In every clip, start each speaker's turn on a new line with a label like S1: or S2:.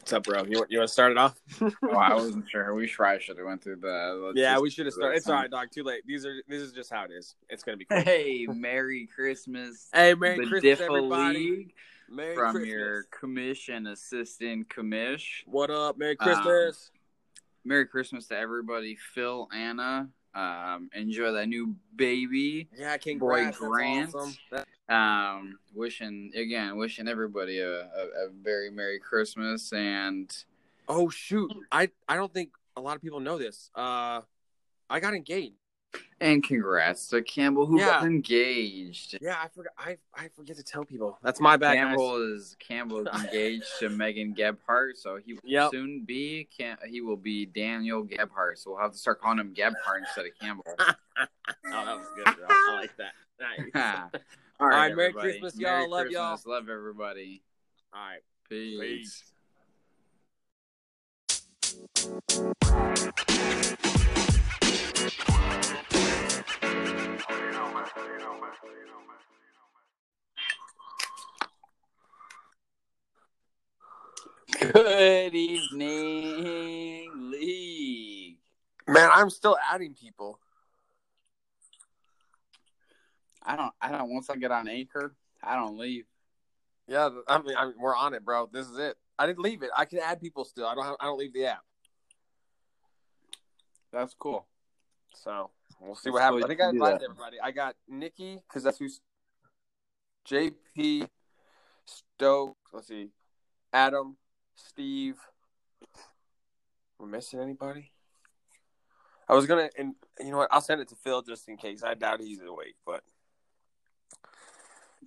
S1: What's up, bro? You, you want to start it off?
S2: Oh, I wasn't sure. We probably should have went through the. let's
S1: yeah,
S2: just
S1: we should have
S2: do
S1: started.
S2: this
S1: It's all
S2: one.
S1: right, dog. Too late. These are this is just how it is. It's gonna be. Cool.
S2: Hey, Merry Christmas.
S1: hey, Merry
S2: the
S1: Christmas,
S2: Diffa
S1: everybody.
S2: League
S1: Merry
S2: from
S1: Christmas.
S2: your commission assistant commish.
S1: What up? Merry
S2: Um,
S1: Christmas.
S2: Merry Christmas to everybody. Phil, Anna, um, enjoy that new baby.
S1: yeah, King
S2: boy
S1: Brad, that's
S2: Grant.
S1: awesome. That-
S2: Um, wishing again, wishing everybody a, a, a very Merry Christmas and
S1: oh shoot, I I don't think a lot of people know this. Uh, I got engaged.
S2: and congrats to Campbell who got
S1: Yeah.
S2: engaged.
S1: Yeah, I forgot. I I forget to tell people. That's my bad. guys.
S2: Campbell is Campbell is engaged to Megan Gebhart, so he will
S1: Yep.
S2: soon be Cam- he will be Daniel Gebhart. So we'll have to start calling him Gebhart instead of Campbell.
S1: Oh, that was good. Bro. I like that. Nice.
S2: All right,
S1: right, Merry
S2: everybody.
S1: Christmas, y'all.
S2: Merry
S1: Love y'all.
S2: Christmas. Love everybody.
S1: All right.
S2: Peace. Good evening, league.
S1: Man, I'm still adding people.
S2: I don't. I don't. Once I get on Anchor, I don't leave.
S1: Yeah, I mean, I mean, we're on it, bro. This is it. I didn't leave it. I can add people still. I don't. Have, I don't leave the app.
S2: That's cool.
S1: So we'll see
S2: That's
S1: what happens.
S2: cool.
S1: I think I
S2: You can do
S1: invited
S2: that.
S1: everybody. I got Nikki because that's who's JP Stokes. Let's see, Adam, Steve. We're missing anybody? I was gonna, and you know what? I'll send it to Phil just in case. I doubt he's awake, but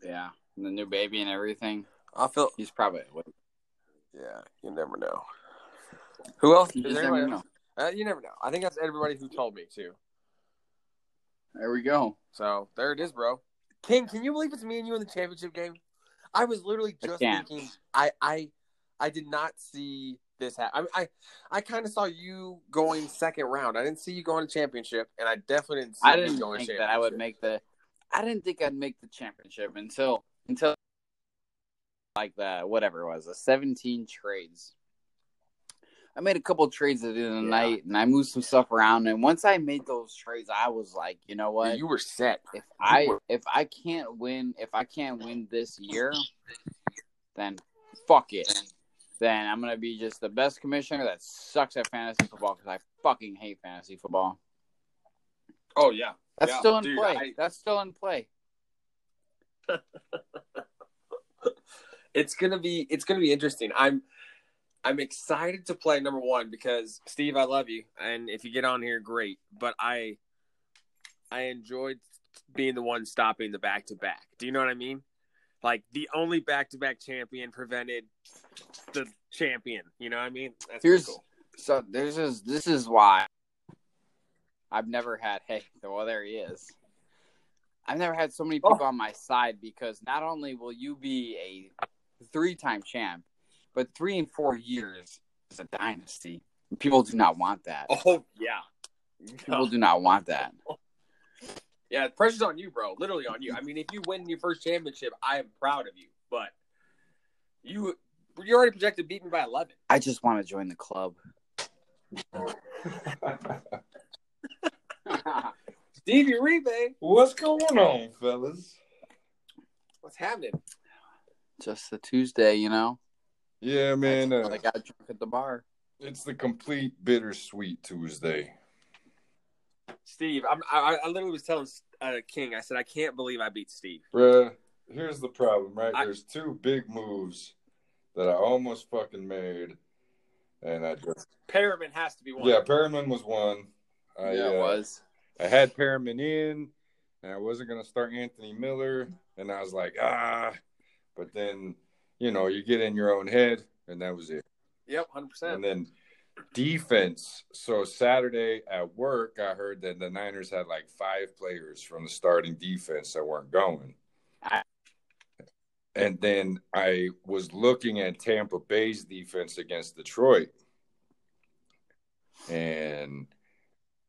S2: Yeah, and the new baby and everything.
S1: I'll Phil.
S2: He's probably. awake.
S1: Yeah, you never know. Who else?
S2: You
S1: Is
S2: just
S1: there
S2: never
S1: anybody
S2: know.
S1: else? Uh, you never know. I think that's everybody who told me too.
S2: There we go.
S1: So there it is, bro. King, can you believe it's me and you in the championship game? I was literally
S2: I
S1: just
S2: can't.
S1: thinking. I I I did not see this happen. I I, I kind of saw you going second round. I didn't see you going to championship, and I definitely didn't. See
S2: I
S1: you
S2: didn't
S1: going to
S2: think that I would
S1: championship.
S2: make the. I didn't think I'd make the championship until until like the whatever it was the seventeen trades. I made a couple trades at the end of the
S1: Yeah.
S2: night, and I moved some stuff around. And once I made those trades, I was like, you know
S1: Yeah,
S2: what?
S1: You were set.
S2: if I if I can't win if I can't win this year, then fuck it. Then I'm gonna be just the best commissioner that sucks at fantasy football because I fucking hate fantasy football.
S1: Oh yeah,
S2: That's
S1: Yeah,
S2: still in
S1: dude,
S2: play.
S1: I-
S2: That's still in play.
S1: it's gonna be it's gonna be interesting. I'm I'm excited to play number one because Steve, I love you, and if you get on here, great. But I I enjoyed being the one stopping the back to back. Do you know what I mean? Like the only back to back champion prevented the champion. You know what I mean? That's pretty
S2: Here's
S1: cool.
S2: so this is this is why I've never had hey well there he is. I've never had so many people on my side because not only will you be a three time champ, but three and four years is a dynasty. People do not want that.
S1: Oh yeah.
S2: People do not want that.
S1: Yeah, the pressure's on you, bro. Literally on you. I mean, if you win your first championship, I am proud of you. But you you're already projected beaten by eleven.
S2: I just want to join the club.
S1: Stevie Rebe,
S3: What's going on, fellas?
S1: what's happening?
S2: just the Tuesday, you know?
S3: Yeah, man.
S2: I
S3: Uh,
S2: got drunk at the bar.
S3: it's the complete bittersweet Tuesday.
S1: Steve, I'm, I, I literally was telling uh, King, I said, I can't believe I beat Steve.
S3: Bruh, here's the problem, right?
S1: I-
S3: There's two big moves that I almost fucking made. And I just.
S1: Perriman has to be one.
S3: Yeah, Perriman was one. I,
S2: yeah, it
S3: uh,
S2: was.
S3: I had Perriman in, and I wasn't going to start Anthony Miller. And I was like, ah. But then, you know, you get in your own head, and that was it.
S1: Yep, 100%.
S3: And then defense. So Saturday at work, I heard that the Niners had like five players from the starting defense that weren't going.
S2: I-
S3: And then I was looking at Tampa Bay's defense against Detroit. And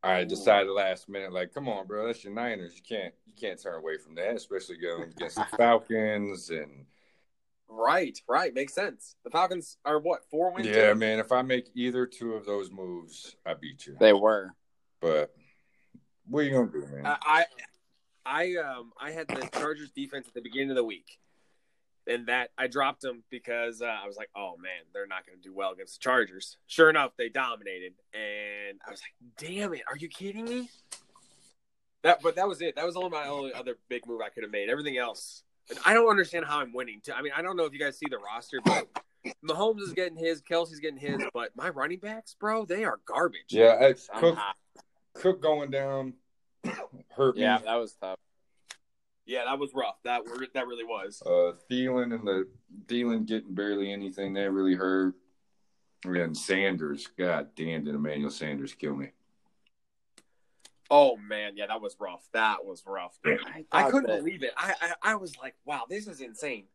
S3: I decided last minute, like, come on, bro, that's your Niners. You can't you can't turn away from that, especially going against the Falcons and
S1: Right, right. Makes sense. The Falcons are what four wins?
S3: Yeah, man. If I make either two of those moves, I beat you.
S2: They were.
S3: But what are you gonna do, man?
S1: Uh, I, I, I, um, I had the Chargers defense at the beginning of the week, and that I dropped them because uh, I was like, oh man, they're not going to do well against the Chargers. Sure enough, they dominated, and I was like, damn it, are you kidding me? That, but that was it. That was only my only other big move I could have made. Everything else, and I don't understand how I'm winning. Too. I mean, I don't know if you guys see the roster, but Mahomes is getting his, Kelsey's getting his, but my running backs, bro, they are garbage.
S3: yeah, I-
S2: I'm
S3: Cook,
S2: hot.
S3: Cook going down hurt
S2: Yeah,
S3: me.
S2: that was tough.
S1: Yeah, that was rough. That were that really was.
S3: Uh, Thielen and the Thielen getting barely anything that really hurt. And Sanders, God damn, did Emmanuel Sanders kill me?
S1: Oh man, yeah, that was rough. That was rough. I
S2: thought
S1: couldn't
S2: that-
S1: believe it. I, I I was like, wow, this is insane.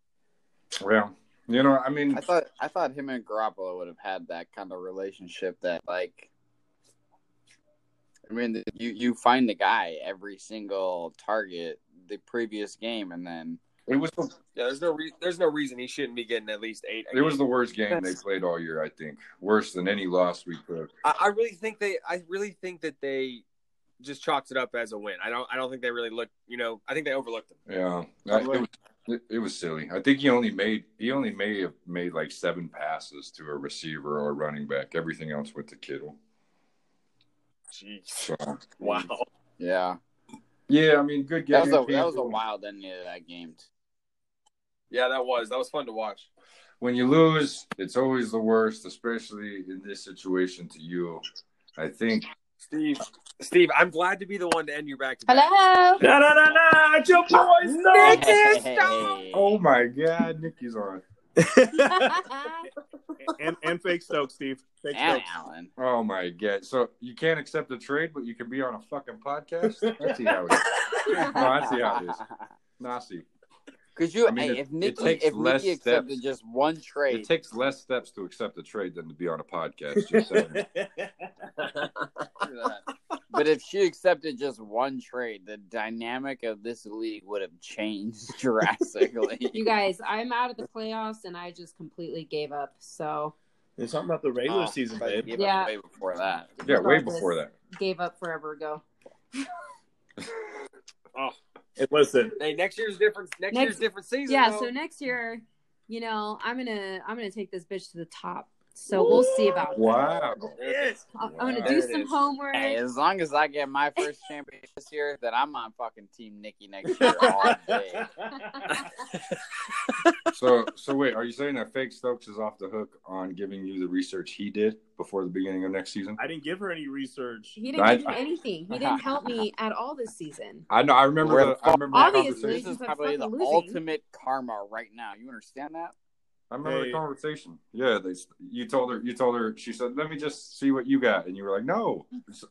S3: Well, you know, I mean,
S2: I thought I thought him and Garoppolo would have had that kind of relationship that like I mean you you find the guy every single target the previous game and then
S3: it was the,
S1: Yeah, there's no re- there's no reason he shouldn't be getting at least eight.
S3: it was the worst game they played all year. I think worse than any loss we took.
S1: I, I really think they I really think that they just chalked it up as a win. I don't I don't think they really looked you know I think they overlooked them.
S3: Yeah, I- it, was- it, it was silly. I think he only made he only may have made like seven passes to a receiver or a running back. Everything else went to Kittle.
S1: Jeez,
S3: So
S1: wow.
S2: yeah.
S3: yeah, I mean, good game.
S2: That was a that was a
S3: people.
S2: wild ending of that game.
S1: Yeah, that was that was fun to watch.
S3: when you lose, it's always the worst, especially in this situation to you. I think
S1: Steve, Steve, I'm glad to be the one to end your back to back.
S4: Hello.
S1: Na na na na! It's your boys,
S2: Hey.
S1: Nick and Stone.
S3: Oh my god, Nikki's on.
S5: and and fake Stokes, Steve. Fake
S2: and
S5: Stokes.
S2: Allen.
S3: Oh my god. So you can't accept a trade, but you can be on a fucking podcast? That's how it is. I see how it is. Nazi.
S2: Could you
S3: I mean,
S2: hey,
S3: it-
S2: if
S3: it
S2: Nikki
S3: takes
S2: if
S3: less
S2: Nikki accepted
S3: steps.
S2: just one trade
S3: It takes less steps to accept a trade than to be on a podcast. Just saying.
S2: but if she accepted just one trade, the dynamic of this league would have changed drastically.
S4: You guys, I'm out of the playoffs and I just completely gave up. So
S5: There's something about the regular
S2: Oh,
S5: season,
S2: but
S5: babe.
S2: gave up
S4: Yeah.
S2: way before that.
S3: yeah, way before that.
S4: gave up forever ago.
S5: Hey, listen,
S1: Hey, next year's different. Next,
S4: Next-
S1: year's different season.
S4: Yeah,
S1: though.
S4: so next year, you know, I'm gonna I'm gonna take this bitch to the top. So we'll see about that.
S3: Wow.
S5: yes.
S4: I'm, I'm gonna
S3: Wow.
S4: do
S1: There it
S4: some
S1: is.
S4: homework.
S2: Hey, as long as I get my first championship this year, then I'm on fucking team Nikki next year all day.
S3: So so wait, are you saying that fake Stokes is off the hook on giving you the research he did before the beginning of next season?
S5: I didn't give her any research.
S4: he didn't
S3: I-
S4: give me anything. He didn't help me at all this season.
S3: I know I remember
S2: We're
S3: the, I remember the
S4: Obviously.
S3: conversation.
S2: This is probably the
S4: Fucking losing.
S2: ultimate karma right now. You understand that?
S3: I remember
S5: Hey.
S3: the conversation. Yeah, they. You told her. You told her. She said, "Let me just see what you got," and you were like, "No,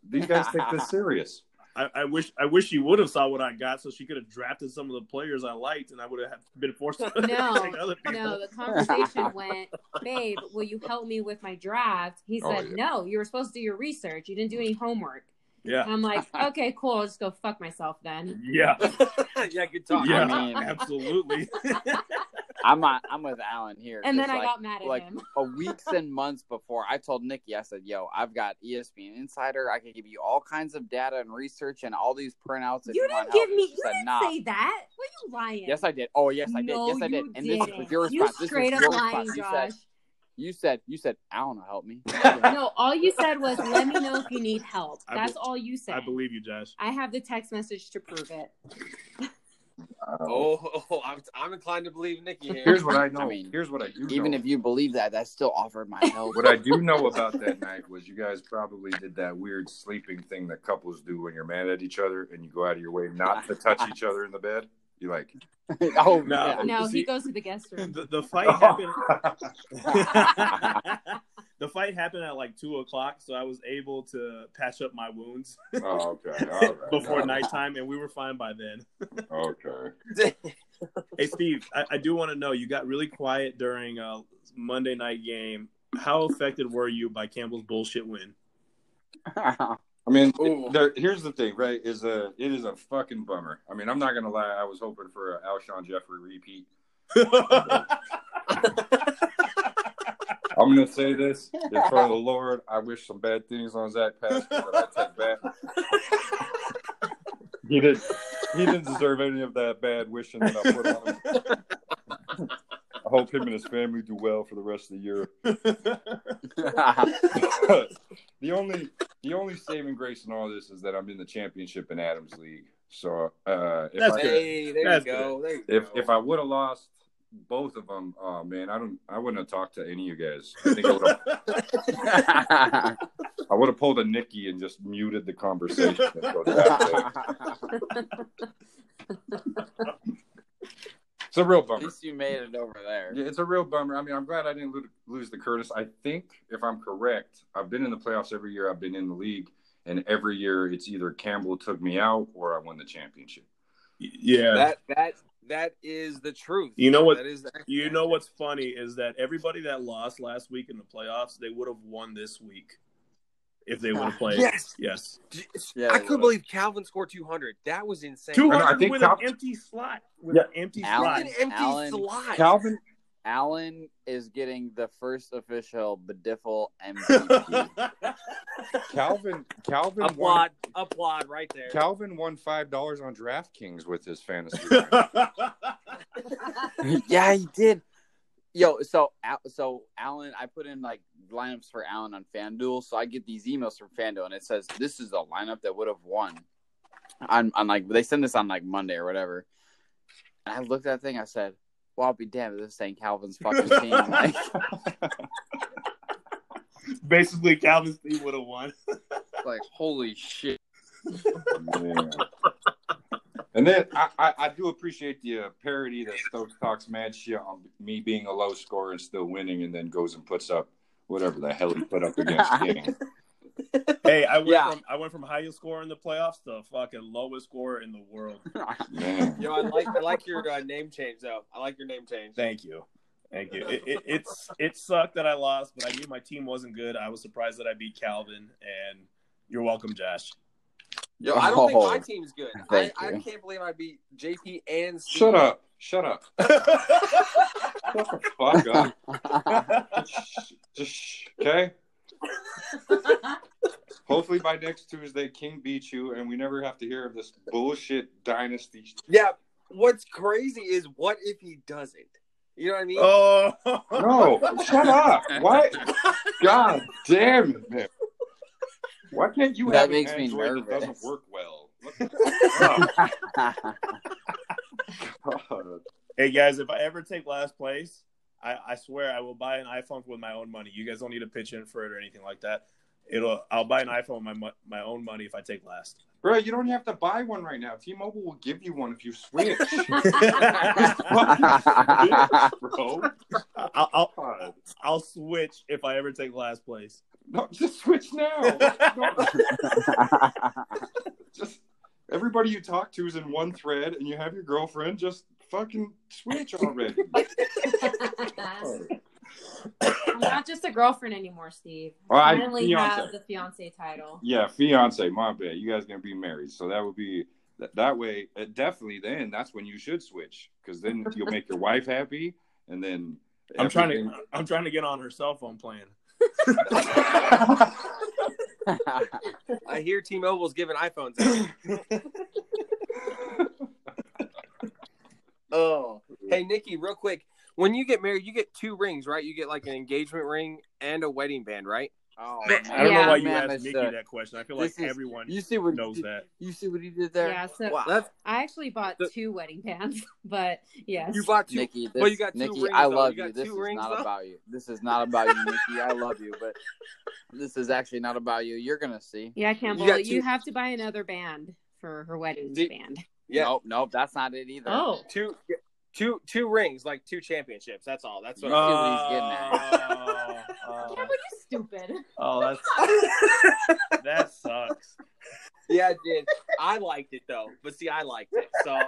S3: these guys take this serious."
S5: I, I wish I wish she would have saw what I got, so she could have drafted some of the players I liked, and I would have been forced to
S4: No,
S5: take other people.
S4: No, the conversation went, babe, will you help me with my draft? He
S3: Oh,
S4: said,
S3: yeah.
S4: no, you were supposed to do your research. You didn't do any homework.
S5: Yeah,
S4: And I'm like, okay, cool. I'll just go fuck myself then.
S5: yeah,
S1: yeah, good talk.
S5: yeah.
S2: I mean-
S5: absolutely.
S2: I'm on, I'm with Alan here.
S4: And then
S2: 'cause,
S4: I
S2: like,
S4: got mad at
S2: like
S4: him.
S2: a weeks and months before I told Nikki, I said, "Yo, I've got E ESPN Insider. I can give you all kinds of data and research and all these printouts." if
S4: You
S2: want help."
S4: didn't give me,
S2: She
S4: you didn't say that. What are you lying?
S2: Yes, I did. Oh, yes, I did. Yes, I did.
S4: you
S2: And this was
S4: didn't.
S2: your
S4: You
S2: response. This was
S4: straight
S2: your
S4: up lying,
S2: response. You
S4: Josh.
S2: said, "You said, you said, Alan will help me."
S4: No, all you said was, let me know if you need help.
S5: I
S4: That's
S5: be-
S4: all you said.
S5: I believe you, Josh.
S4: I have the text message to prove it.
S1: Oh, oh, oh, I'm, I'm inclined to believe Nikki here.
S3: Uh, Here's what I know.
S2: I mean,
S3: Here's what I do.
S2: Even
S3: know.
S2: if you believe that, that still offered my help.
S3: what I do know about that night was you guys probably did that weird sleeping thing that couples do when you're mad at each other and you go out of your way not to touch each other in the bed. You like
S2: oh
S5: No.
S2: yeah.
S4: No, he
S5: See-
S4: goes to the guest room.
S5: The, the fight happened. the fight happened at like two o'clock, so I was able to patch up my wounds
S3: Oh, okay. All right.
S5: before
S3: All right.
S5: nighttime, and we were fine by then.
S3: Okay.
S5: Hey Steve, I, I do want to know. You got really quiet during uh, Monday night game. How affected were you by Campbell's bullshit win?
S3: I mean,
S1: Ooh.
S3: there, here's the thing, right? Is a it is a fucking bummer. I mean, I'm not gonna lie. I was hoping for a Alshon Jeffrey repeat. I'm gonna say this in front of the Lord. I wish some bad things on Zach Pascal, but I take back. He didn't. He didn't deserve any of that bad wishing that I put on him. I hope him and his family do well for the rest of the year. the only the only saving grace in all this is that I'm in the championship in Adams League. So uh, if
S5: That's
S3: I,
S5: good.
S1: Hey, there
S5: That's
S1: you go. There you
S3: if
S1: go.
S3: if I would have lost both of them, oh man, I don't. I wouldn't have talked to any of you guys. I think I would have. I would have pulled a Nikki and just muted the conversation. and go that way.
S2: At
S3: it's a real bummer.
S2: least you made it over there.
S3: Yeah, it's a real bummer. I mean, I'm glad I didn't lo- lose the Curtis. I think, if I'm correct, I've been in the playoffs every year. I've been in the league, and every year it's either Campbell took me out or I won the championship.
S5: yeah.
S1: that that that is the truth.
S5: You know what-
S1: That is the
S5: you know what's funny is that everybody that lost last week in the playoffs, they would have won this week if they would have played.
S1: Yes.
S2: Yeah,
S5: Yes.
S1: I
S2: they would've.
S1: couldn't believe Calvin scored 200. That was insane.
S5: 200
S3: I think
S5: with
S3: Cal-
S5: an empty slot. With an empty
S2: Allen-
S1: An
S5: slot.
S1: empty
S2: Allen-
S1: slot.
S3: Calvin,
S2: Allen is getting the first official Bediffle MVP.
S3: Calvin, Calvin won.
S1: applaud, applaud right there.
S3: Calvin won five dollars on DraftKings with his fantasy.
S2: yeah, he did. Yo, so Al- so Allen, I put in like lineups for Allen on FanDuel, so I get these emails from FanDuel, and it says this is a lineup that would have won. On on like they send this on like Monday or whatever, and I looked at that thing. I said, "Well, I'll be damned if this ain't Calvin's fucking team." Like,
S5: Basically, Calvin's team would have won.
S2: like holy shit!
S3: Man. And then I, I, I do appreciate the uh, parody that Stokes talks mad shit on me being a low scorer and still winning, and then goes and puts up whatever the hell he put up against King.
S5: Hey, I went,
S1: Yeah.
S5: from, I went from highest score in the playoffs to fucking lowest score in the world.
S3: Man,
S1: Yo, I like I like your uh, name change though. I like your name change.
S5: Thank you. Thank you. It, it, it's it sucked that I lost, but I knew my team wasn't good. I was surprised that I beat Calvin, and you're welcome, Josh.
S1: Yo, I don't think my
S2: Oh.
S1: team's good. I,
S2: Thank
S1: I
S2: you.
S1: can't believe I beat JP and Steve.
S3: shut up! Shut up! Shut the fuck up! Shh, Just shh, okay. Hopefully by next Tuesday, King beats you, and we never have to hear of this bullshit dynasty.
S1: Yeah. What's crazy is what if he doesn't? You know what I mean?
S5: Oh
S3: No, shut up! What? God damn it, man. Why can't you
S2: That
S3: have
S2: makes
S3: an
S2: me
S3: Android that
S2: nervous.
S3: doesn't work well? Look at that. Oh, God.
S5: Hey guys, if I ever take last place, I, I swear I will buy an iPhone with my own money. You guys don't need to pitch in for it or anything like that. It'll I'll buy an iPhone with my mo- my own money if I take last.
S3: Bro, you don't have to buy one right now. T-Mobile will give you one if you switch. Bro,
S5: I'll, I'll
S3: God.
S5: I'll switch if I ever take last place.
S3: No, just switch now. No, just everybody you talk to is in one thread, and you have your girlfriend. Just fucking switch already.
S4: I'm not just a girlfriend anymore, Steve.
S3: All right,
S4: Finally
S3: fiance.
S4: have the fiance title.
S3: Yeah, fiance, my bad. You guys gonna be married, so that would be that, that way. uh, Definitely, then that's when you should switch, because then you'll make your wife happy, and then
S5: I'm trying to
S3: everything-
S5: I'm trying to get on her cell phone plan.
S1: I hear T-Mobile's giving iPhones. Out. oh, hey Nikki, real quick. When you get married, you get two rings, right? You get like an engagement ring and a wedding band, right?
S2: oh,
S5: I don't know why you
S2: Man,
S5: asked
S2: that's,
S5: Nikki
S2: uh,
S5: that question. I feel like
S2: this is-
S5: everyone
S2: You see what
S5: knows that.
S2: you see what he did there,
S4: Yeah, so
S1: Wow. That's,
S4: I actually bought
S1: The-
S4: two wedding bands, but yes.
S1: you bought two.
S2: Nikki. This,
S1: Well, you got two
S2: Nikki,
S1: rings,
S2: I
S1: though.
S2: love
S1: You
S2: you.
S1: got
S2: This
S1: two
S2: is
S1: rings,
S2: not
S1: though.
S2: about you. This is not about you, Nikki. I love you, but this is actually not about you. You're gonna see.
S4: yeah, Campbell,
S1: You
S4: you,
S1: got two-
S4: have to buy another band for her wedding
S1: Did-
S4: band.
S1: Yeah.
S2: Nope, nope, that's not it either.
S4: Oh,
S1: Two, two, two rings, like two championships. That's all. That's what.
S2: Oh. what
S5: Oh,
S4: Campbell, you stupid.
S5: oh, that's that sucks.
S1: yeah, I did. I liked it though, but see, I liked it. So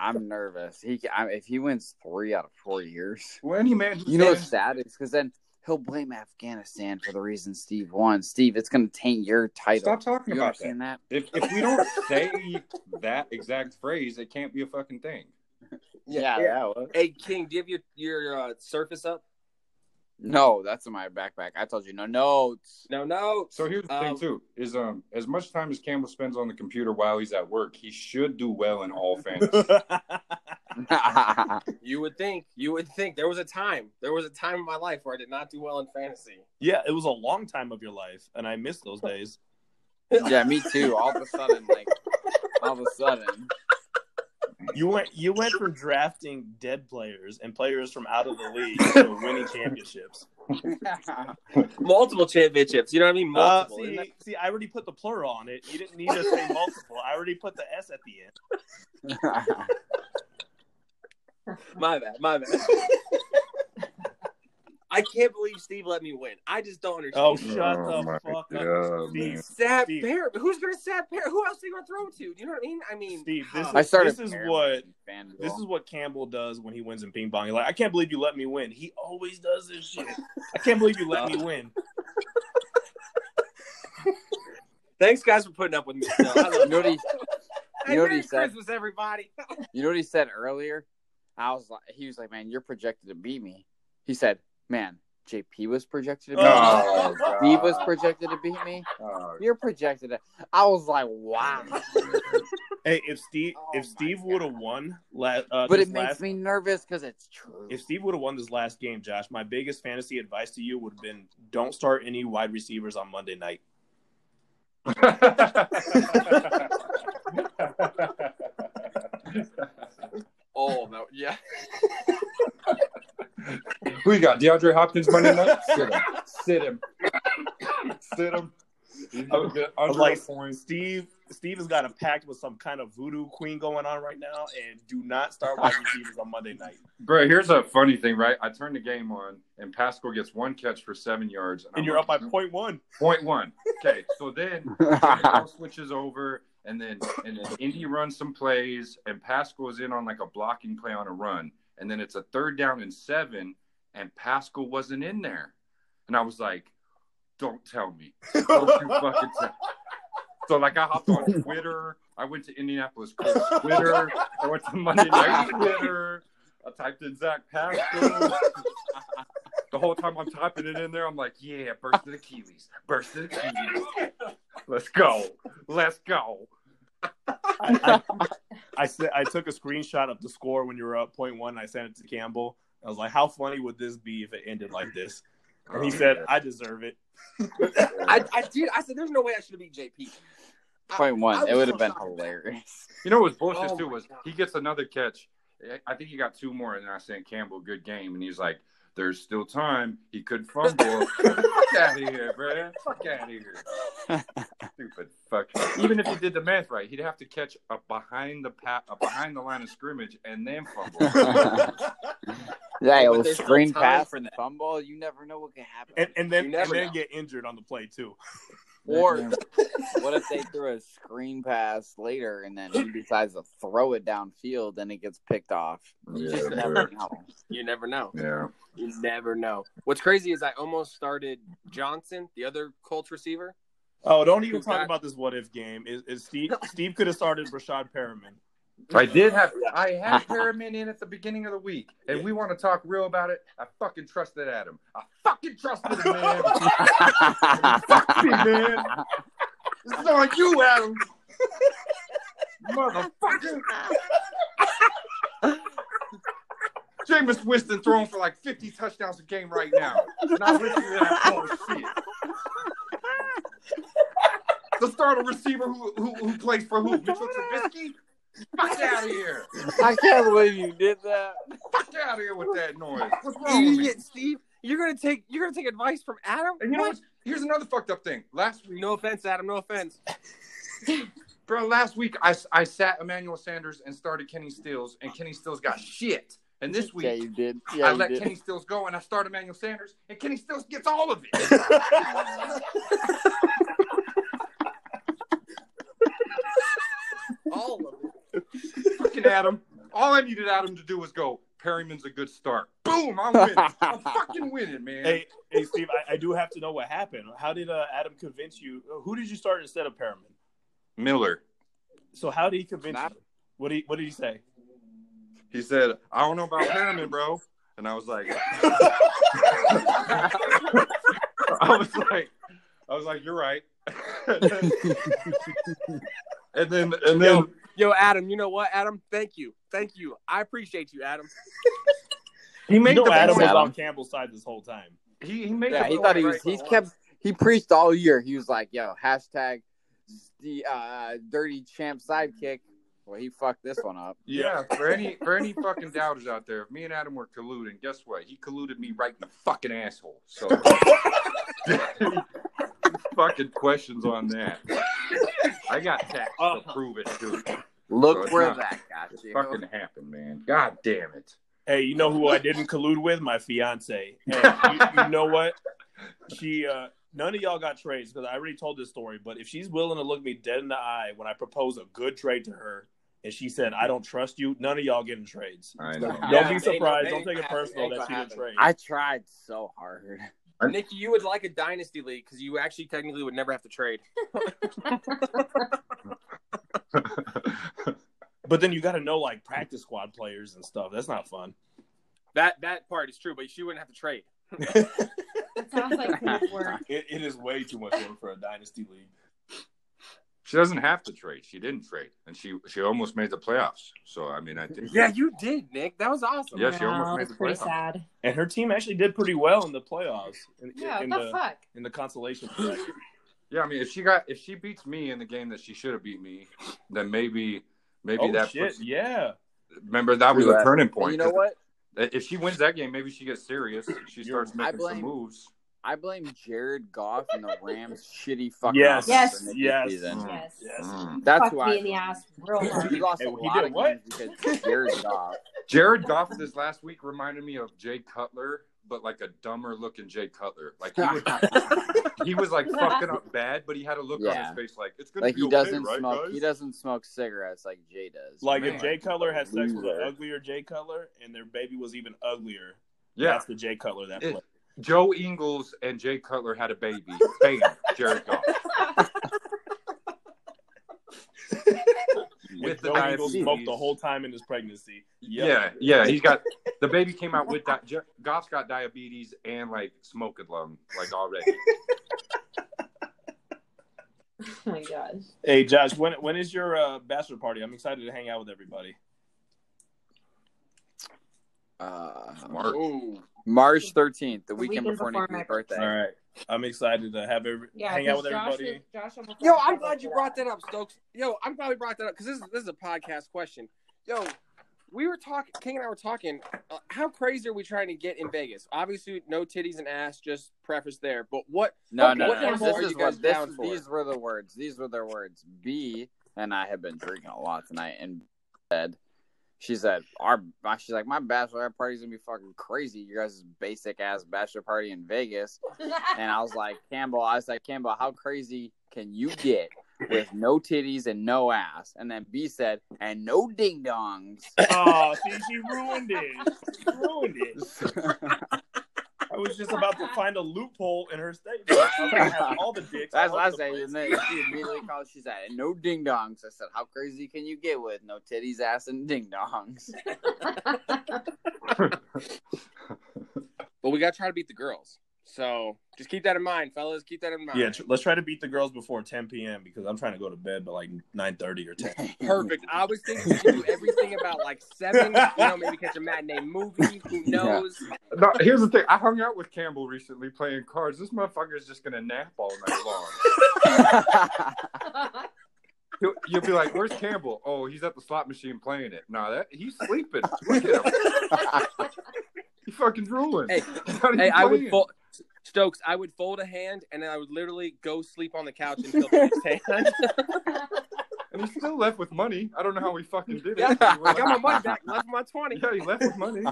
S2: I'm nervous. He I, if he wins three out of four years,
S3: Well, any man, who
S2: you know what's
S3: says-
S2: sad is because then he'll blame Afghanistan for the reason Steve won. Steve, it's gonna taint your title.
S3: stop talking
S2: you
S3: about that.
S2: understand that?
S3: If if we don't say that exact phrase, it can't be a fucking thing.
S2: Yeah,
S1: Yeah.
S2: that was.
S1: Hey, King, do you have your your uh, Surface up?
S2: No, that's in my backpack. I told you no notes.
S1: No, no.
S3: So here's the
S1: Um,
S3: thing too: is um as much time as Campbell spends on the computer while he's at work, he should do well in all fantasy.
S1: You would think. You would think. There was a time. There was a time in my life where I did not do well in fantasy.
S5: yeah, it was a long time of your life, and I miss those days.
S2: yeah, me too. All of a sudden, like all of a sudden,
S5: You went you went from drafting dead players and players from out of the league to winning championships.
S1: Multiple championships. You know what I mean?
S5: Uh,
S1: Multiple. Isn't
S5: see, see, I already put the plural on it. You didn't need to say multiple. I already put the S at the end.
S1: that- my bad. My bad. I can't believe Steve let me win. I just don't
S5: Oh,
S1: understand.
S5: shut the fuck up,
S3: God,
S5: Steve.
S1: Sad
S5: Steve.
S1: Parrot. Who's gonna sad Parrot? Who else are you gonna throw to? You know what I mean? I mean,
S5: Steve. This
S1: I
S2: I
S5: is,
S2: started.
S5: this is
S2: Fairmont
S5: what
S2: and FanDuel.
S5: this is what Campbell does when he wins in ping pong. He's like, I can't believe you let me win. He always does this shit. I can't believe you let me win.
S1: thanks guys for putting up with me. No, I
S2: You
S1: love
S2: know what
S1: you.
S2: he-
S1: Hey,
S2: you know what
S1: Merry
S2: he said?
S1: Christmas, everybody.
S2: You know what he said earlier? I was like, he was like, man, you're projected to beat me. He said, man, JP was projected to beat me.
S3: Oh, God.
S2: Steve was projected to beat me.
S3: Oh,
S2: You're projected to. I was like, wow.
S5: Hey, if Steve
S2: Oh
S5: if
S2: my
S5: Steve would have won la- uh,
S2: But
S5: this
S2: it
S5: last-
S2: makes me nervous because it's true.
S5: if Steve would have won this last game, Josh, my biggest fantasy advice to you would have been don't start any wide receivers on Monday night.
S1: Oh no, yeah.
S3: Who you got? DeAndre Hopkins Monday night? Sit him. Sit him. Sit him. He's gonna get
S5: I'm
S3: under
S5: like
S3: the points.
S5: Steve Steve has got a pact with some kind of voodoo queen going on right now, and do not start wide receivers on Monday night.
S3: Bro, here's a funny thing, right? I turned the game on, and Pascal gets one catch for seven yards, and,
S5: And
S3: I'm
S5: you're
S3: like,
S5: up by point one.
S3: point one. Okay, so then Bell switches over, and then and then Indy runs some plays, and Pascal's in on like a blocking play on a run, and then it's a third down and seven, and Pascal wasn't in there, and I was like, "Don't tell me, don't you fucking tell." So like I hopped on Twitter, I went to Indianapolis Colts Twitter, I went to Monday Night Twitter, I typed in Zach Pascal. The whole time I'm typing it in there, I'm like, yeah, burst of the Kiwis, burst of the Kiwis. Let's go. Let's go.
S5: I, I, I said I took a screenshot of the score when you were up point one. And I sent it to Campbell. I was like, "How funny would this be if it ended like this?" And
S1: Oh,
S5: he said, "I deserve it."
S1: I, I dude, I said there's no way I should have beat JP.
S2: Point
S1: I
S2: one,
S1: was
S2: it would
S1: so
S2: have been
S1: shocked.
S2: hilarious.
S3: You know what's bullshit
S1: Oh
S3: too
S1: my
S3: was
S1: God.
S3: he gets another catch. I- I think he got two more, and then I sent Campbell good game, and he's like, "There's still time. He could fumble. Fuck out of here, bro. Fuck out of here. Stupid fuck. Even if he did the math right, he'd have to catch a behind the pa- a behind the line of scrimmage and then fumble.
S2: Yeah,
S1: but
S2: it was
S1: there's still
S2: screen
S1: time
S2: pass
S1: for
S2: and
S1: that.
S2: fumble. You never know what could happen.
S5: And, and
S1: You
S5: then and
S1: never
S5: then
S1: know.
S5: get injured on the play too.
S2: Or what if they threw a screen pass later and then he decides to throw it downfield and it gets picked off? You just
S3: Yeah,
S2: never know.
S1: You never know.
S3: yeah.
S1: You never know. What's crazy is I almost started Johnson, the other Colts receiver.
S5: Oh, don't even
S1: Who's
S5: talk
S1: that?
S5: about this what if game. Is, is Steve Steve could have started Rashad Perriman.
S3: I did have I had Perriman in at the beginning of the week, and we want to talk real about it. I fucking trusted Adam. I fucking trusted him, man. Fuck me, man. This is on you, Adam. Motherfucker. Jameis Winston throwing for like 50 touchdowns a game right now. Not listening to that bullshit. The starter receiver who, who, who plays for who? Mitchell Trubisky? Fuck out of here.
S2: I can't believe you did that.
S3: Fuck out of here with that noise. What's wrong with me?
S1: Idiot, Steve. You're gonna take you're gonna take advice from Adam.
S3: And you know
S1: What?
S3: what? Here's another fucked up thing. Last week,
S1: No offense, Adam. No offense.
S3: bro, last week I, I sat Emmanuel Sanders and started Kenny Stills, and Kenny Stills got shit. And this week,
S2: Yeah, you did. Yeah,
S3: I
S2: you
S3: let
S2: did.
S3: Kenny Stills go and I start Emmanuel Sanders, and Kenny Stills gets all of it.
S1: All of it.
S3: Fucking Adam. All I needed Adam to do was go, Perryman's a good start. Boom, I'm winning. I'm fucking winning, man.
S5: Hey, hey Steve, I, I do have to know what happened. How did uh, Adam convince you? Who did you start instead of Perriman?
S3: Miller.
S5: So how did he convince
S2: Not-
S5: you? What did he, what did he say?
S3: He said, I don't know about pyramid, bro. And I was like, I was like, I was like, you're right. and then, and then,
S1: Yo, Adam, you know what, Adam? Thank you. Thank you. I appreciate you, Adam.
S5: He made
S1: You know
S5: the
S1: Adam
S5: Adam was
S2: was-
S5: on Campbell's side this whole time.
S3: he, he made
S2: Yeah,
S3: the
S2: he
S3: point
S2: thought he
S3: right
S2: was. He
S3: for once.
S2: kept. He preached all year. He was like, "Yo, hashtag the uh, dirty champ sidekick." Well, he fucked this one up.
S3: Yeah, for any for any fucking doubters out there, if me and Adam were colluding, guess what? He colluded me right in the fucking asshole. So fucking questions on that. I got tax to prove it too. So
S2: Look
S3: it's
S2: where
S3: not-
S2: that got
S3: It
S2: you.
S3: fucking happened, man. God damn it.
S5: Hey, you know who I didn't collude with? My fiance. And you, you know what? She uh none of y'all got trades because I already told this story, but if she's willing to look me dead in the eye when I propose a good trade to her and she said I don't trust you, none of y'all getting trades.
S3: I know.
S5: Don't
S1: Yeah,
S5: be
S1: ain't-
S5: surprised.
S1: ain't
S5: Don't take
S1: gonna
S5: it personal
S1: happen.
S5: that she
S1: Ain't
S5: didn't trade.
S2: I tried so hard.
S1: Nick, you would like a dynasty league because you actually technically would never have to trade.
S5: but then you got to know like practice squad players and stuff. That's not fun.
S1: That that part is true, but she wouldn't have to trade.
S4: It sounds like good work.
S5: It, it is way too much work for a dynasty league.
S3: She doesn't have to trade. She didn't trade. And she she almost made the playoffs. So I mean I think
S1: Yeah, you did, Nick. That was awesome.
S3: Yeah, she almost
S4: Wow,
S3: made
S4: that's
S3: the
S4: pretty
S3: playoffs.
S4: sad.
S5: And her team actually did pretty well in the playoffs. In,
S4: Yeah,
S5: in
S4: what the,
S5: the
S4: fuck?
S5: in the consolation. bracket.
S3: Yeah, I mean if she got if she beats me in the game that she should have beat me, then maybe maybe
S5: oh
S3: that
S5: shit!
S3: puts-
S5: yeah,
S3: remember that was
S2: True
S3: a
S2: that.
S3: turning
S2: And
S3: point.
S2: you know what?
S3: If she wins that game, maybe she gets serious. She
S5: You're-
S3: starts
S2: I
S3: making some
S2: blame-
S3: moves.
S2: I blame Jared Goff and the Rams' shitty fucking
S5: Yes.
S2: offense
S4: Yes.
S2: for Nikki's
S5: Yes.
S2: season.
S3: Mm.
S4: Yes.
S5: yes.
S3: Mm.
S2: That's
S4: Fuck
S2: why
S4: me in the ass real
S2: We
S4: hard.
S2: lost
S5: Hey,
S2: a
S5: he
S2: lot
S5: did
S2: of
S5: what?
S2: games because of Jared Goff.
S3: Jared Goff this last week reminded me of Jay Cutler, but like a dumber looking Jay Cutler. Like he was, he was like fucking up bad, but he had a look
S2: Yeah.
S3: on his face like it's gonna
S2: like
S3: be
S2: he
S3: okay,
S2: doesn't
S3: right,
S2: smoke.
S3: guys?
S2: He doesn't smoke cigarettes like Jay does.
S5: Like
S3: Man.
S5: if Jay Cutler had sex with an
S2: Loser.
S5: uglier Jay Cutler and their baby was even uglier,
S3: Yeah,
S5: that's the Jay Cutler that
S3: It-
S5: played.
S3: Joe Ingles and Jay Cutler had a baby. Bam, Jared Goff with
S5: With
S3: the
S5: Joe Eagle
S3: diabetes.
S5: smoked the whole time in his pregnancy.
S3: Yeah, yeah, he's got the baby came out with that. Jer- Goff's got diabetes and like smoking lung, like already.
S4: Oh my gosh.
S5: Hey Josh, when when is your uh, bachelor party? I'm excited to hang out with everybody.
S2: uh,
S3: Mark.
S1: Ooh.
S2: March thirteenth, the
S4: The
S2: weekend,
S4: weekend
S2: before,
S4: before
S2: Nikki's
S4: my
S2: birthday.
S5: All right, I'm excited to have every
S4: Yeah,
S5: hang out with
S4: 'cause Josh
S5: everybody.
S4: is- Josh almost-
S1: Yo, I'm glad you brought that up, Stokes. Yo, I'm glad we brought that up because this is this is a podcast question. Yo, we were talking. King and I were talking. Uh, how crazy are we trying to get in Vegas? Obviously, no titties and ass. Just preface there. But what?
S2: No,
S1: What-
S2: no,
S1: what
S2: no.
S4: animal
S2: This
S1: are
S2: is
S1: you guys
S2: what this,
S1: down for?
S2: these were the words. These were their words. B and I have been drinking a lot tonight in bed. She said, "Our uh," she's like my bachelor party's gonna be fucking crazy. You guys' basic ass bachelor party in Vegas." And I was like, "Campbell, I was like, Campbell, how crazy can you get with no titties and no ass?" And then B said, "And no ding dongs."
S5: Oh, see, she ruined it. She ruined it. I was just about to find a loophole in her statement. I was gonna have all the dicks.
S2: That's
S5: all
S2: what I
S5: the
S2: say. And
S5: places.
S2: then she immediately called. She's at it. No ding dongs. I said, How crazy can you get with no titties, ass, and ding dongs?
S1: But we got to try to beat the girls. So just keep that in mind, fellas. Keep that in mind.
S5: Yeah, tr- let's try to beat the girls before 10 p.m. because I'm trying to go to bed by like 9:30 or 10.
S1: Perfect. I was thinking we could do everything about like seven. You know, maybe catch a matinee movie. Who knows?
S3: No, here's the thing. I hung out with Campbell recently playing cards. This motherfucker's just gonna nap all night long. You'll, you'll be like, "Where's Campbell? Oh, he's at the slot machine playing it. Nah, that he's sleeping. Look at him. He fucking drooling.
S1: Hey,
S3: He's not even
S1: Hey, I would
S3: playing.
S1: fold Stokes. I would fold a hand, and then I would literally go sleep on the couch until the next hand.
S3: and he's still left with money. I don't know how he fucking did it.
S1: yeah,
S3: He
S1: I
S3: went-
S1: got my money back. Left my twenty.
S3: yeah, he left with money.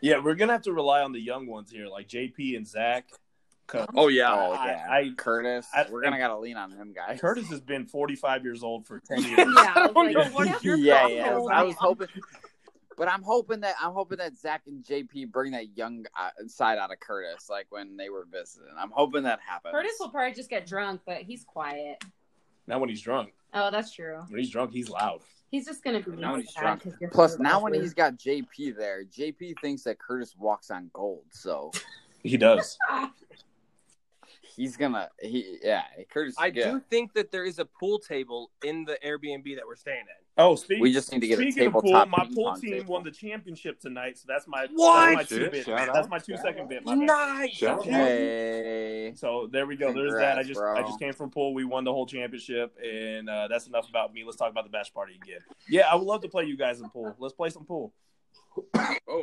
S5: Yeah, we're gonna have to rely on the young ones here, like JP and Zach. 'cause
S2: oh yeah.
S5: I- I-
S2: Curtis.
S5: I-
S2: We're gonna gotta lean on him, guys.
S5: Curtis has been 45 years old for 10 years.
S4: yeah, I
S1: don't
S4: was
S1: know
S4: like,
S1: what
S4: yeah.
S1: you're
S2: yeah,
S1: talking
S2: yeah.
S1: about.
S2: I was hoping, but I'm hoping that I'm hoping that Zach and JP bring that young uh, side out of Curtis, like when they were visiting. I'm hoping that happens.
S4: Curtis will probably just get drunk, but he's quiet.
S5: Not when he's drunk.
S4: Oh, that's true.
S5: When he's drunk, he's loud.
S4: He's just gonna be
S3: Now
S4: mad
S3: he's shocked.
S4: because you're
S2: Plus,
S4: hurt
S2: now
S4: all
S2: when
S4: year.
S2: he's got JP there, JP thinks that Curtis walks on gold, so
S5: He does.
S2: he's gonna he yeah. Curtis,
S1: I
S2: yeah.
S1: do think that there is a pool table in the Airbnb that we're staying at.
S5: Oh, speak,
S2: We just need to get a
S5: speaking of pool,
S2: tabletop
S5: my
S2: ping
S5: pool
S2: pong
S5: team
S2: table.
S5: won the championship tonight, so that's my
S1: What?
S5: That's my two
S3: Shit,
S5: bit.
S3: shout
S5: That's
S3: out.
S5: my two
S3: Shout
S5: second
S3: out.
S5: bit. My bad.
S1: Nice.
S3: Shout out.
S2: Hey,
S5: So there we go. There's
S2: Congrats,
S5: that. I just
S2: bro.
S5: I just came from pool. We won the whole championship, and uh, that's enough about me. Let's talk about the bash party again. Yeah, I would love to play you guys in pool. Let's play some pool.
S1: Oh,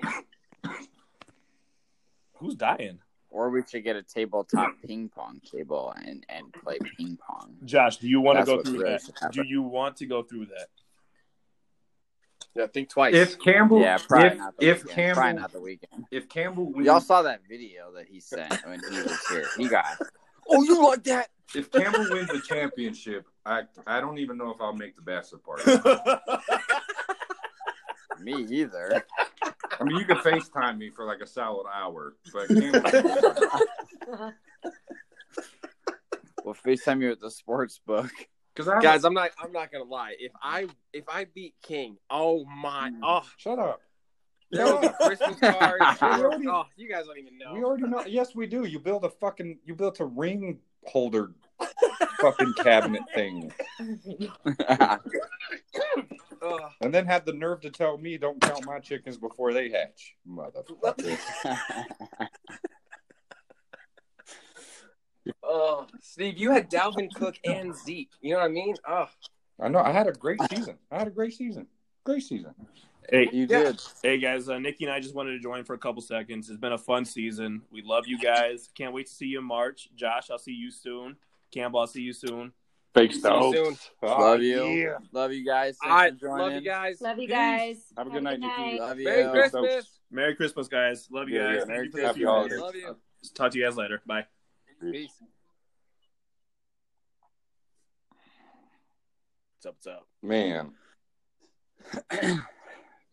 S5: Who's dying?
S2: or we should get a tabletop ping pong table and and play ping pong.
S5: Josh, do you want to
S2: That's
S5: go
S2: what
S5: through
S2: really
S5: that?
S2: should happen.
S5: Do you want to go through that?
S1: yeah, think twice.
S3: If Campbell,
S2: Yeah, probably
S3: if,
S2: not. The
S3: if
S2: weekend. probably
S3: Campbell,
S2: not the weekend.
S3: if Campbell wins,
S2: Y'all saw that video that he sent when he was here. He got. Oh, you like that?
S3: if Campbell wins the championship, I I don't even know if I'll make the bachelor party.
S2: Me either.
S3: I mean, you can FaceTime me for like a solid hour, but Campbell,
S2: We'll Facetime you at the sports book.
S3: because I
S1: Guys, I'm not. I'm not gonna lie. If I if I beat King, oh
S3: Mm.
S1: my, oh,
S3: shut up.
S1: there will be Christmas cards. there will be- oh, you guys don't even
S3: We
S1: know.
S3: already know. Yes, we do. You build a fucking. You built a ring holder, fucking cabinet thing,
S1: Ugh.
S3: and then had the nerve to tell me don't count my chickens before they hatch, motherfucker.
S1: Oh, Steve, you had Dalvin Cook and Zeke. You know what I mean? Oh,
S3: I know. I had a great season. I had a great season. Great season.
S5: hey,
S2: you
S1: Yeah.
S2: did.
S5: hey guys, uh, Nikki and I just wanted to join for a couple seconds. It's been a fun season. We love you guys. Can't wait to see you in March. Josh, I'll see you soon. Campbell, I'll see you soon.
S3: Fake
S1: see you soon.
S2: Love you. Love you guys. Thanks
S1: All right,
S2: for joining.
S1: love you guys.
S4: Love you
S1: Peace.
S4: guys.
S3: Have a good night, Nikki.
S2: Love you.
S1: Merry Christmas.
S5: Merry Christmas, guys. Love you
S3: Yeah,
S5: guys.
S3: yeah.
S5: Thank
S2: Merry
S5: you for listening.
S3: Happy holidays.
S1: Love you.
S5: Talk to you guys later. Bye.
S1: Peace.
S5: What's up? What's up?
S3: Man,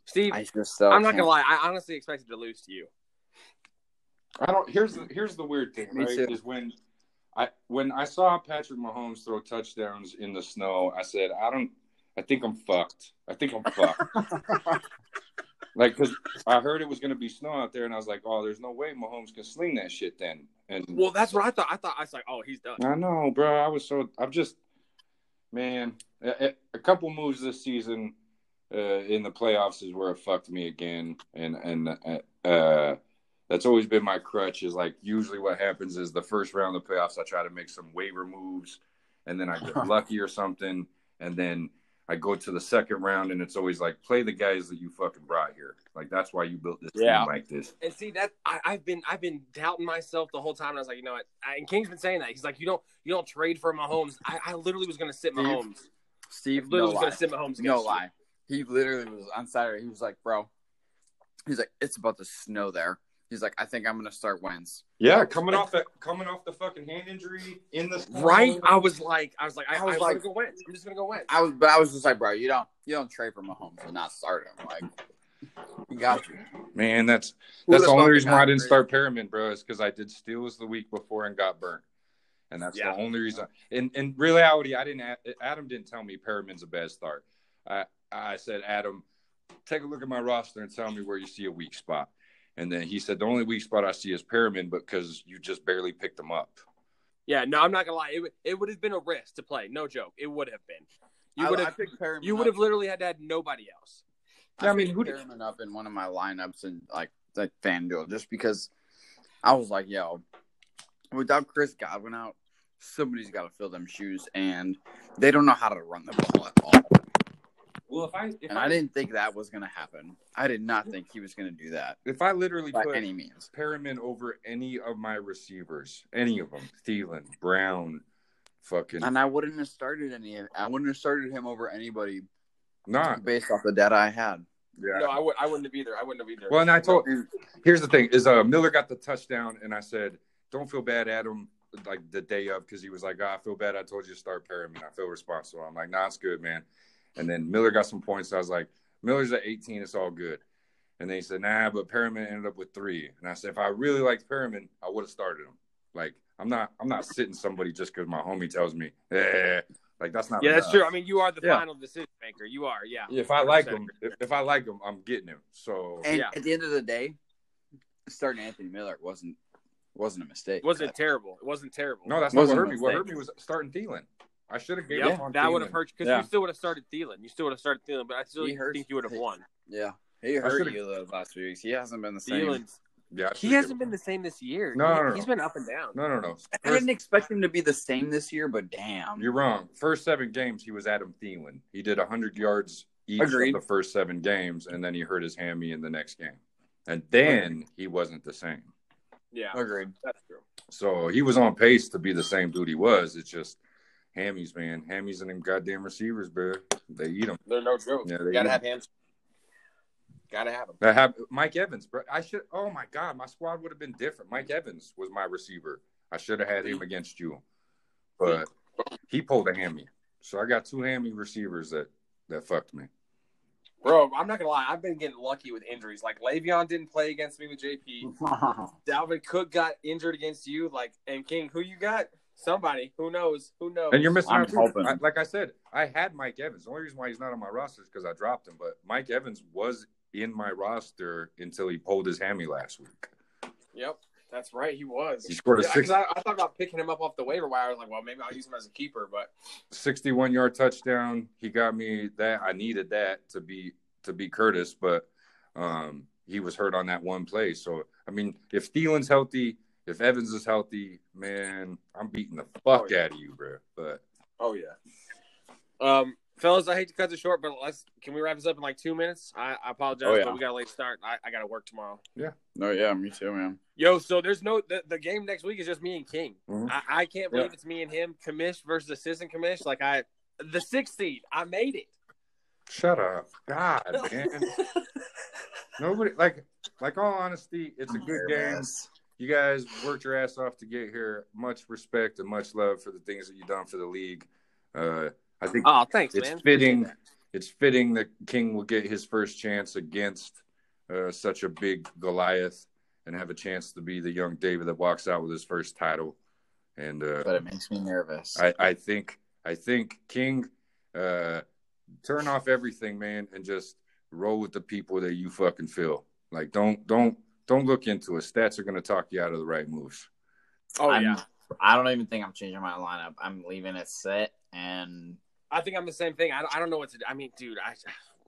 S1: Steve,
S2: I just so
S1: I'm not
S2: can't-
S1: gonna lie. I honestly expected to lose to you.
S3: I don't. Here's the here's the weird thing,
S2: Me
S3: right?
S2: too.
S3: Is when I when I saw Patrick Mahomes throw touchdowns in the snow, I said, I don't. I think I'm fucked. I think I'm fucked. like, cause I heard it was gonna be snow out there, and I was like, oh, there's no way Mahomes can sling that shit then. And
S1: Well, that's what I thought. I thought I was like, oh, he's done.
S3: I know, bro. I was so. I'm just, man. A, a- a couple moves this season uh, in the playoffs is where it fucked me again, and and uh, uh, that's always been my crutch. Is like usually what happens is the first round of the playoffs, I try to make some waiver moves, and then I get lucky or something, and then I go to the second round, and it's always like play the guys that you fucking brought here. Like that's why you built this
S2: Yeah.
S3: team like this.
S1: And see that I, I've been I've been doubting myself the whole time. And I was like, you know what? I, and King's been saying that he's like, you don't you don't trade for Mahomes. I, I literally was gonna sit
S2: Steve,
S1: Mahomes. I
S2: Steve,
S1: literally
S2: no
S1: was
S2: lie.
S1: gonna sit Mahomes.
S2: No
S1: against you.
S2: lie. He literally was on Saturday. He was like, bro, he's like, it's about to snow there. He's like, I think I'm going to start wins.
S3: Yeah, coming off the coming off the fucking hand injury in the
S1: Right? I was like, I was like, I,
S2: I
S1: I
S2: was
S1: was
S2: like-
S1: gonna go win. I'm just gonna go win.
S2: I was, but I was just like, bro, you don't, you don't trade for Mahomes and not start him. Like, he got you.
S3: Man, that's
S2: Who
S3: that's the
S2: fuck
S3: only reason
S2: got
S3: why I didn't
S2: Brady?
S3: start Pyramid, bro, is because I did Steelers the week before and got burnt. And that's
S1: Yeah.
S3: the only reason. In in reality, I didn't. a- Adam didn't tell me Pyramid's a bad start. I I said, Adam, take a look at my roster and tell me where you see a weak spot. And then he said, the only weak spot I see is Pyramid because you just barely picked them up.
S1: yeah, no, I'm not gonna lie. It, would- it would have been a risk to play. No joke. It would have been. You
S2: I-
S1: would
S2: I
S1: have
S2: picked Perriman
S1: you would
S2: up.
S1: have literally had to had nobody else.
S3: Yeah, I mean,
S2: picked
S3: who did-
S2: Perriman up in one of my lineups and like like FanDuel just because I was like, yo, without Chris Godwin out, somebody's got to fill them shoes, and they don't know how to run the ball at all.
S3: Well, if I if
S2: And I didn't think that was going to happen. I did not think he was going to do that
S3: if I literally
S2: by
S3: put
S2: any means.
S3: Perriman over any of my receivers, any of them, Thielen, Brown, fucking
S2: And I wouldn't have started any. I wouldn't have started him over anybody
S3: not.
S2: based off the data I had.
S3: Yeah.
S1: No, I would I wouldn't have either. I wouldn't have either.
S3: Well, and I told here's the thing is uh Miller got the touchdown, and I said, "Don't feel bad, Adam." Like the day of, because he was like, "Ah, "I feel bad. I told you to start Perriman. I feel responsible." I'm like, "Nah, it's good, man." And then Miller got some points. I was like, "Miller's at 18. It's all good." And then he said, "Nah, but Perriman ended up with three. And I said, "If I really liked Perriman, I would have started him. Like, I'm not, I'm not sitting somebody just because my homie tells me, eh, Like that's not.
S1: Yeah, that's
S3: enough.
S1: true. I mean, you are the
S3: Yeah.
S1: final decision maker. You are, yeah.
S3: if I like him,
S1: 100%.
S3: if, if I like him, I'm getting him. So
S2: And
S1: Yeah.
S2: at the end of the day, starting Anthony Miller wasn't wasn't a mistake.
S1: It wasn't terrible. It wasn't terrible.
S3: no, that's not what
S2: Wasn't
S3: hurt me. What
S2: a
S3: hurt me was starting Thielen. I should have gave
S1: Yep,
S3: up on
S1: that
S3: Thielen.
S1: would have hurt because
S2: Yeah.
S1: you still would have started Thielen. You still would have started Thielen, but I still
S2: He hurts.
S1: think you would have won.
S2: Yeah, he
S3: should've-
S2: hurt you the last few weeks. He hasn't been the same.
S1: Thielen's
S3: Yeah, I
S1: he
S3: should've
S1: hasn't
S3: given
S1: been the same this year.
S3: No, no, no.
S1: he's been up and down.
S3: No, no, no.
S2: I didn't expect him to be the same this year, but damn,
S3: You're wrong. First seven games, he was Adam Thielen. He did 100 yards each
S2: Agreed.
S3: of the first seven games, and then he hurt his hammy in the next game. And then he wasn't the same.
S1: Yeah,
S2: agreed.
S1: that's true.
S3: So he was on pace to be the same dude he was. It's just hammies, man. Hammies and them goddamn receivers, bro. They eat them.
S1: They're no joke.
S3: Yeah, they
S1: you gotta
S3: do.
S1: have him. Gotta have him.
S3: That happened. Mike Evans, bro. I should. Oh my God, my squad would have been different. Mike Evans was my receiver. I should have had him against you, but he pulled a hammy. So I got two hammy receivers that that fucked me.
S1: Bro, I'm not gonna lie. I've been getting lucky with injuries. Like Le'Veon didn't play against me with JP. Dalvin Cook got injured against you. Like, and King, who you got? Somebody. Who knows? Who knows?
S3: And you're missing
S2: I'm
S3: out. too.
S2: hoping.
S3: I, like I said, I had Mike Evans. The only reason why he's not on my roster is because I dropped him. But Mike Evans was in my roster until he pulled his hammy last week.
S1: Yep, that's right. He was.
S3: He scored a
S1: Yeah, 'cause
S3: six,
S1: I, I thought about picking him up off the waiver wire. I was like, well, maybe I'll use him as a keeper, but
S3: 61 yard touchdown. He got me that. I needed that to be to be Curtis, but um, he was hurt on that one play. So I mean, if Thielen's healthy, if Evans is healthy, man, I'm beating the fuck
S1: Oh, yeah.
S3: out of you, bro. But
S1: oh yeah. Um, fellas, I hate to cut this short, but let's can we wrap this up in like two minutes? I, I apologize,
S2: Oh, yeah.
S1: but we got a late start. I, I got to work tomorrow.
S2: No, yeah, me too, man.
S1: Yo, so there's no the, the game next week is just me and King.
S2: Mm-hmm.
S3: Mhm.
S1: I, I can't believe it's me and him. Commish versus assistant commish. Like I, the sixth seed, I made it.
S3: shut up, God, man. Nobody like like all honesty, it's a good game. You guys worked your ass off to get here. Much respect and much love for the things that you've done for the league. Uh, I think
S1: oh, thanks,
S3: it's
S1: man.
S3: fitting. It's fitting that King will get his first chance against uh, such a big Goliath and have a chance to be the young David that walks out with his first title. And uh,
S2: But it makes me nervous.
S3: I, I think I think King, uh, turn off everything, man, and just roll with the people that you fucking feel. Like don't don't don't look into it. Stats are gonna talk you out of the right moves.
S1: Oh
S2: I'm-
S1: yeah,
S2: I don't even think I'm changing my lineup. I'm leaving it set. And
S1: I think I'm the same thing. I, don't- I don't know what to. do. I mean, dude, I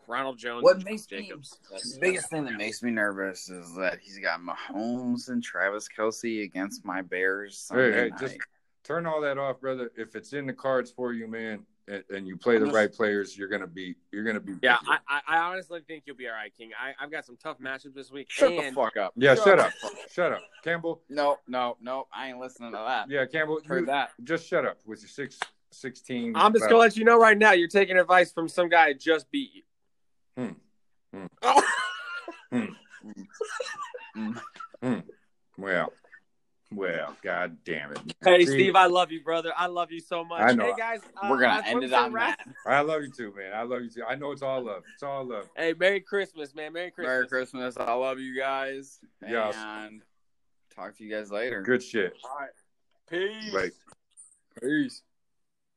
S1: Ronald Jones.
S2: What makes me-
S1: Jacobs?
S2: the biggest thing that makes me nervous is that he's got Mahomes and Travis Kelsey against my Bears.
S3: Hey,
S2: Sunday
S3: hey,
S2: night.
S3: just turn all that off, brother. If it's in the cards for you, man, and, and you play the
S1: Unless-
S3: right players, you're gonna be you're gonna be
S1: Yeah, I, I, I honestly think you'll be all right, King. I, I've got some tough matchups this week.
S2: shut the
S1: and
S2: fuck up.
S3: yeah. Shut up, shut up, Campbell.
S2: No, no, no. I ain't listening to that.
S3: Yeah, Campbell.
S2: Heard
S3: you-
S2: that.
S3: Just shut up with your six sixteen.
S1: I'm just gonna let you know right now, you're taking advice from some guy who just beat you.
S3: Hmm. Hmm. Well, well, god damn it.
S1: Hey,
S3: See?
S1: Steve, I love you, brother. I love you so much.
S3: I know.
S1: Hey, guys, uh,
S2: We're gonna
S1: I-
S2: end it
S1: we're
S2: on
S1: wrap-
S2: that.
S3: I love you too, man. I love you too. I know it's all love. It's all love.
S1: Hey, Merry Christmas, man. Merry Christmas.
S2: Merry Christmas. I love you guys.
S3: Yes.
S2: And talk to you guys later.
S3: Good shit.
S1: All right. Peace.
S3: Right.
S2: Peace.